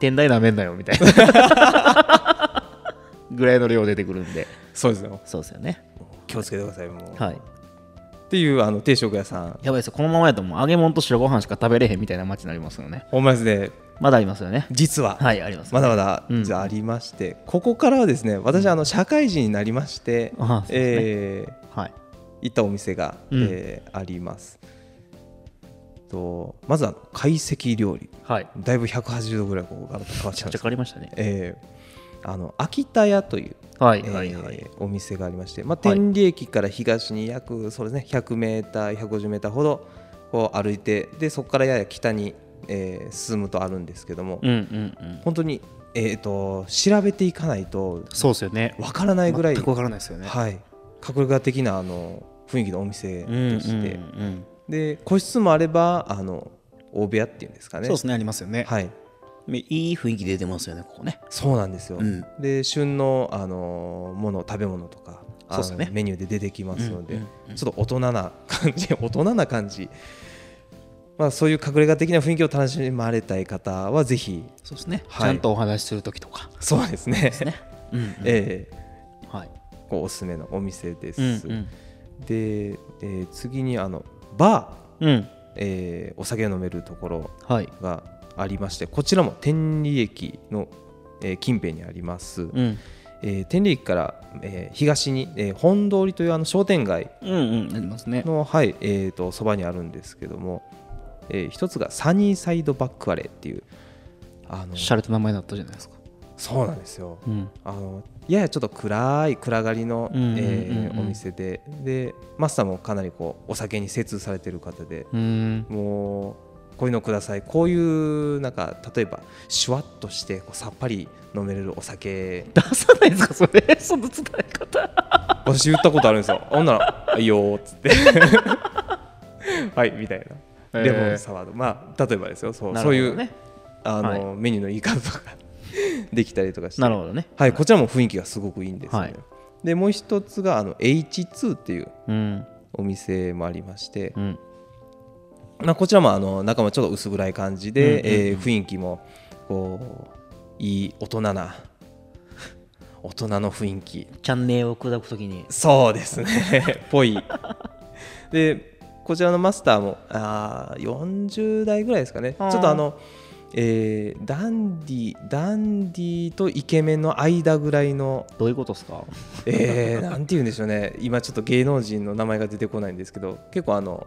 天台なめんなよみたいな ぐらいの量出てくるんでそうですよ。そうですよね気をつけてください。もう。はいっていうあの定食屋さんやばいですよこのままやともう揚げ物と白ご飯しか食べれへんみたいな街になりますよねほんまですねまだありますよね実は、はいあります、まだまだ、うんじゃあありましてここからはですね私あの社会人になりまして、あそうですねえーはい行ったお店が、うんえーありますとまずは懐石料理はいだいぶ180度ぐらいここから変わっちゃうんじでゃすありましたねえーあの秋田屋という、はいえーはいはい、お店がありまして、まあ、天理駅から東に約そうです、ね、100メーター150メーターほどこう歩いてでそこからやや北に、えー進むとあるんですけども、うんうんうん本当にえー、と調べていかないとそうですよねわからないぐらい、全くわからないですよね、はい、隠れ家的なあの雰囲気のお店うんうんうでして、んで個室もあればあの大部屋っていうんですかねそうですねありますよね、はい、いい雰囲気出てますよねここねそうなんですよ、うんで旬の、あのもの食べ物とかあのそうっすねメニューで出てきますので、うんうんうんちょっと大人な感じ 大人な感じ、まあ、そういう隠れ家的な雰囲気を楽しまれたい方はぜひそうですねはいちゃんとお話しする時とかそうですねねうんうんえはい、えこうおすすめのお店です、うんで、えー次にあのバうんうん、ー、えーお酒を飲めるところはい、がありましてこちらも天理駅の、えー近辺にあります、うん、えー天理駅から、えー東に、えー本通りというあの商店街うんうんありますねの、はいえー、とそばにあるんですけども、えー一つがサニーサイドバックアレーっていうあのしゃれた名前だったじゃないですか、そうなんですようん、あのややちょっと暗い暗がりの、うんうんうんうんえーお店ででマスターもかなりこうお酒に精通されてる方でうんもうこういうのくださいこういうなんか例えばシュワッとしてこうさっぱり飲めれるお酒出さないんですかそれ その伝え方私言ったことあるんですよ。 ほんなら「あいいよ」っつって 「はい」みたいな。えーレモンサワード、まあ例えばですよそう,、なるそほうどいう、ねあのはメニューの言い方とか できたりとかしてなるほどねはい、こちらも雰囲気がすごくいいんですよね。はいでもう一つがあの H2 っていううんお店もありましてう、んまあ、こちらもあの中もちょっと薄暗い感じで、うんうんうんえー雰囲気もこういい大人な 大人の雰囲気チャンネルを砕くときにそうですね ぽいでこちらのマスターもあー40代ぐらいですかねちょあっーとあの、えーダンディダンディとイケメンの間ぐらいの、どういうことですかえーなんて言うんでしょうね今ちょっと芸能人の名前が出てこないんですけど結構あの、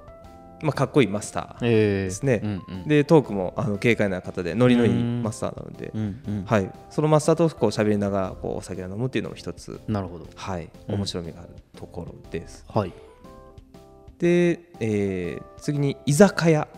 まあ、かっこいいマスターええですねうんうん、でトークもあの軽快な方でノリのいいうんマスターなのでう、んうんはい、そのマスターとこう喋りながらこうお酒を飲むっていうのも一つ、なるほどはい、うん面白みがあるところです。はいで、えー次に居酒屋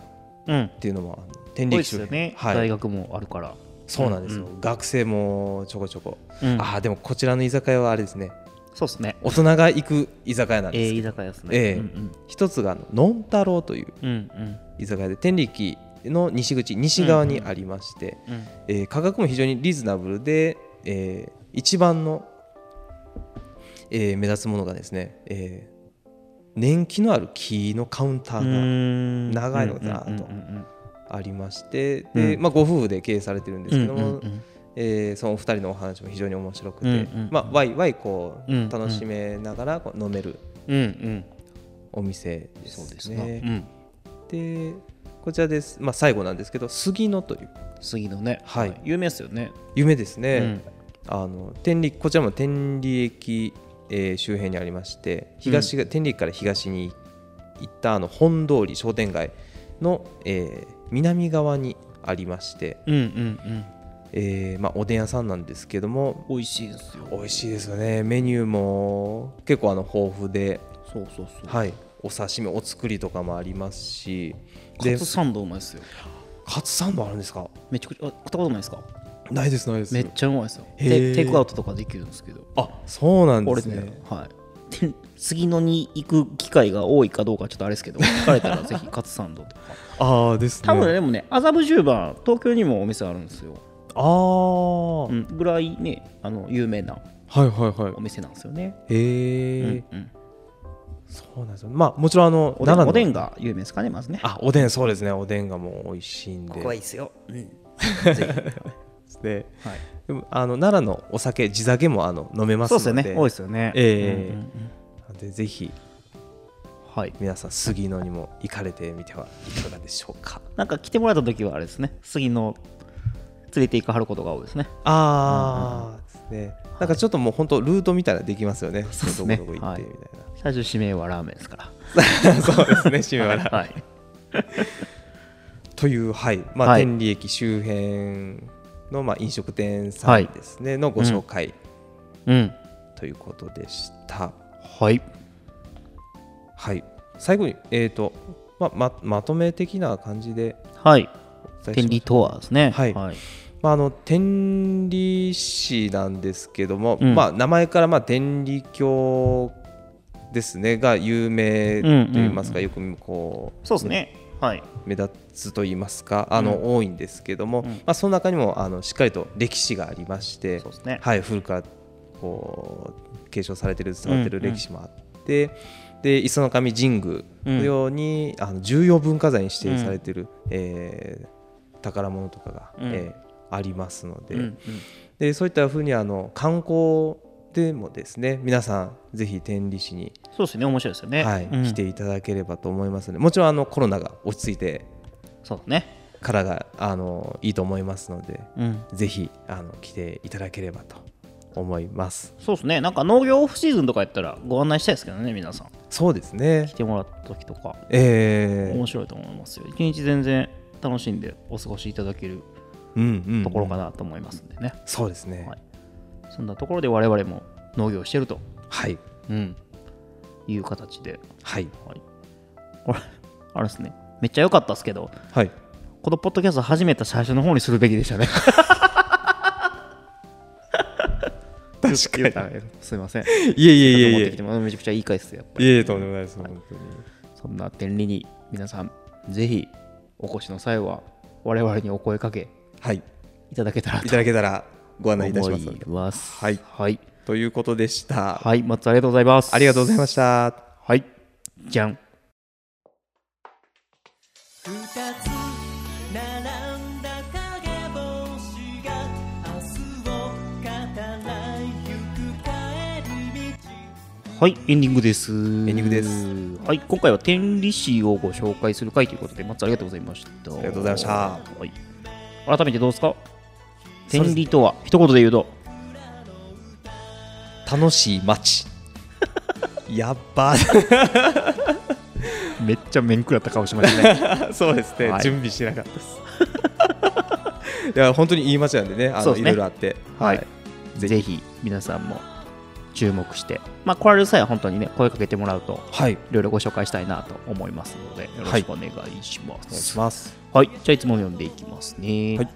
うんっていうのも天多理いで駅す周よ辺、ね、は大い、学もあるから、そうなんですよ、う学生もちょこちょこ、うんああでもこちらの居酒屋はあれですねそうですね大人が行く居酒屋なんえですえけ居ど、酒屋ですねええうん一つがあののんたろうといううんうん居酒屋で天理駅の西口西側にありまして、うんうんえー価格も非常にリーズナブルで、えー一番の、えー目立つものがですね、えー年季のある木のカウンターが長いのだなとうんうんうんありましてで、うんまあ、ご夫婦で経営されてるんですけども、うんうんうんえーそのお二人のお話も非常に面白くて、うんうんうんまあ、ワイワイこうんうんう楽しめながらこう飲めるうんうんお店でそうですすね。うでんこちらです、まあ、最後なんですけど杉野という杉のね、はい有名ですよね夢ですね、うんあの天理こちらも天理駅、えー周辺にありまして東が、天理駅から東に行ったあの本通り商店街の、えー南側にありまして。うんうんえーまあ、おでん屋さんなんですけども美味しいですよ美味しいですよねメニューも結構あの豊富で、そうそうそうはい、お刺身お作りとかもありますしカでツサンドうまいですよカツサンドあるんですかめちゃくちゃあ食ったことないですかないですないでめっちゃうまいですよへーテテイクアウトとかできるんですけどあそうなんで俺すねねはいで杉野に行く機会が多いかどうかちょっとあれですけど行かれたらぜひカツサンドとかああですね多分ねでもね麻布十番東京にもお店あるんですよ、ああ、うん、ぐらいねあの有名なはいはいはいお店なんですよね、へえうんうん、そうなんですよまあもちろんあのおでん奈良のおでんが有名ですかねまずねあおでんそうですねおでんがもう美味しいんでここはいいですよ、うん、ではいでもあの奈良のお酒地酒もあの飲めますそうのですでよね多いですよねええうんうんうんなんでぜひはい皆さん杉野にも行かれてみてはいかがでしょうかなんか来てもらった時はあれですね杉野連れて行かはることが多いですねああ、ですねなんかちょっともう本当ルートみたいなのできますよねそうですねどこどこ行ってみたい最初指名はラーメンですからな、そうですね締めはらはいというはいまあ、はい天理駅周辺のまあ飲食店さんですね、のご紹介うんということでした、はいはい最後にえっ、とまあままとめ的な感じではお伝いえします天理とはですねはいはい、まあ、あの天理市なんですけども、うんまあ、名前からまあ天理教ですねが有名といいますか、よくこうそうですね。はい。目立つと言いますかあの、う多いんですけども、うんまあ、その中にもあのしっかりと歴史がありまして、そうですね。はい、古くからこう継承されてる伝わってるうんうん歴史もあって、で磯の神神宮のように、あの重要文化財に指定されてる、えー宝物とかが、うんえーありますので,、うんうんでそういったふうにあの観光でもですね皆さんぜひ天理市に、そうですね。面白いですよね。はいうん来ていただければと思いますのでもちろんあのコロナが落ち着いてそうですね。からがあのいいと思いますのでうん。ぜひあの来ていただければと思います。そうですね。なんか農業オフシーズンとかやったらご案内したいですけどね、皆さん。そうですね来てもらった時とか、えー面白いと思いますよ。一日全然楽しんでお過ごしいただけるうんうん、ところかなと思いますんでね。そうですねはいそんなところで我々も農業をしてると、はいうん、いう形で、はいはい、これ、あれですね。めっちゃ良かったですけど、はいこのポッドキャスト始めた最初の方にするべきでしたね。確かに。 すいません。にいえいえいえい持ってえきてもめちゃくちゃいい回ですよやっぱいりえいえとんでもないです本当にそんな天理に皆さんぜひお越しの際は我々にお声かけはいいただけたらいとただけたらご案内いたし思ますいますはいはい、ということでした、はい、松ありがとうございますありがとうございましたはいじゃん二つ並んだ影星が明日を語らいゆく帰り道はいエンディングですエンディングですはい今回は天理市をご紹介する回ということで松ありがとうございましたありがとうございましたはい、改めてどうですか天理とは一言で言うと楽しい 街やっばめっちゃ面食らった顔しました ねそうですね、はい準備してなかったです いや本当にいい街なんでねあそうのですいねろいろあって はい、ぜひ皆さんも注目して、まあ、来られる際は本当にね声かけてもらうとはいいろいろご紹介したいなと思いますのでよろしくお願いしまお願いしす。ますはい、じゃあいつもの読んでいきますね。はい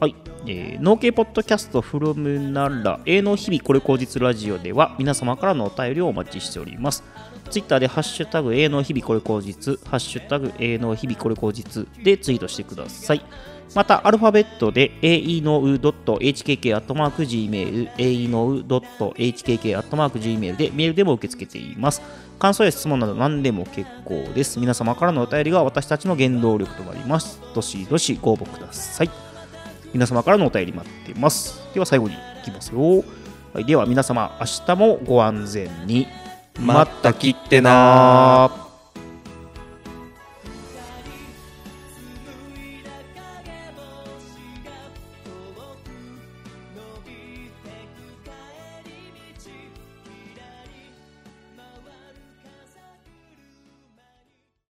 はいえー農系ポッドキャスト from なら営農日々これ口実ラジオでは皆様からのお便りをお待ちしておりますツイッターでハッシュタグ営農日々これ口実ハッシュタグ営農日々これ口実でツイートしてくださいまたアルファベットで aenou.hkk.gmail aenou.hkk.gmail でメールでも受け付けています感想や質問など何でも結構です皆様からのお便りが私たちの原動力となりますどしどしご応募ください皆様からのお便り待っています。では最後にいきますよ。はい、では皆様、明日もご安全に。また切ってなー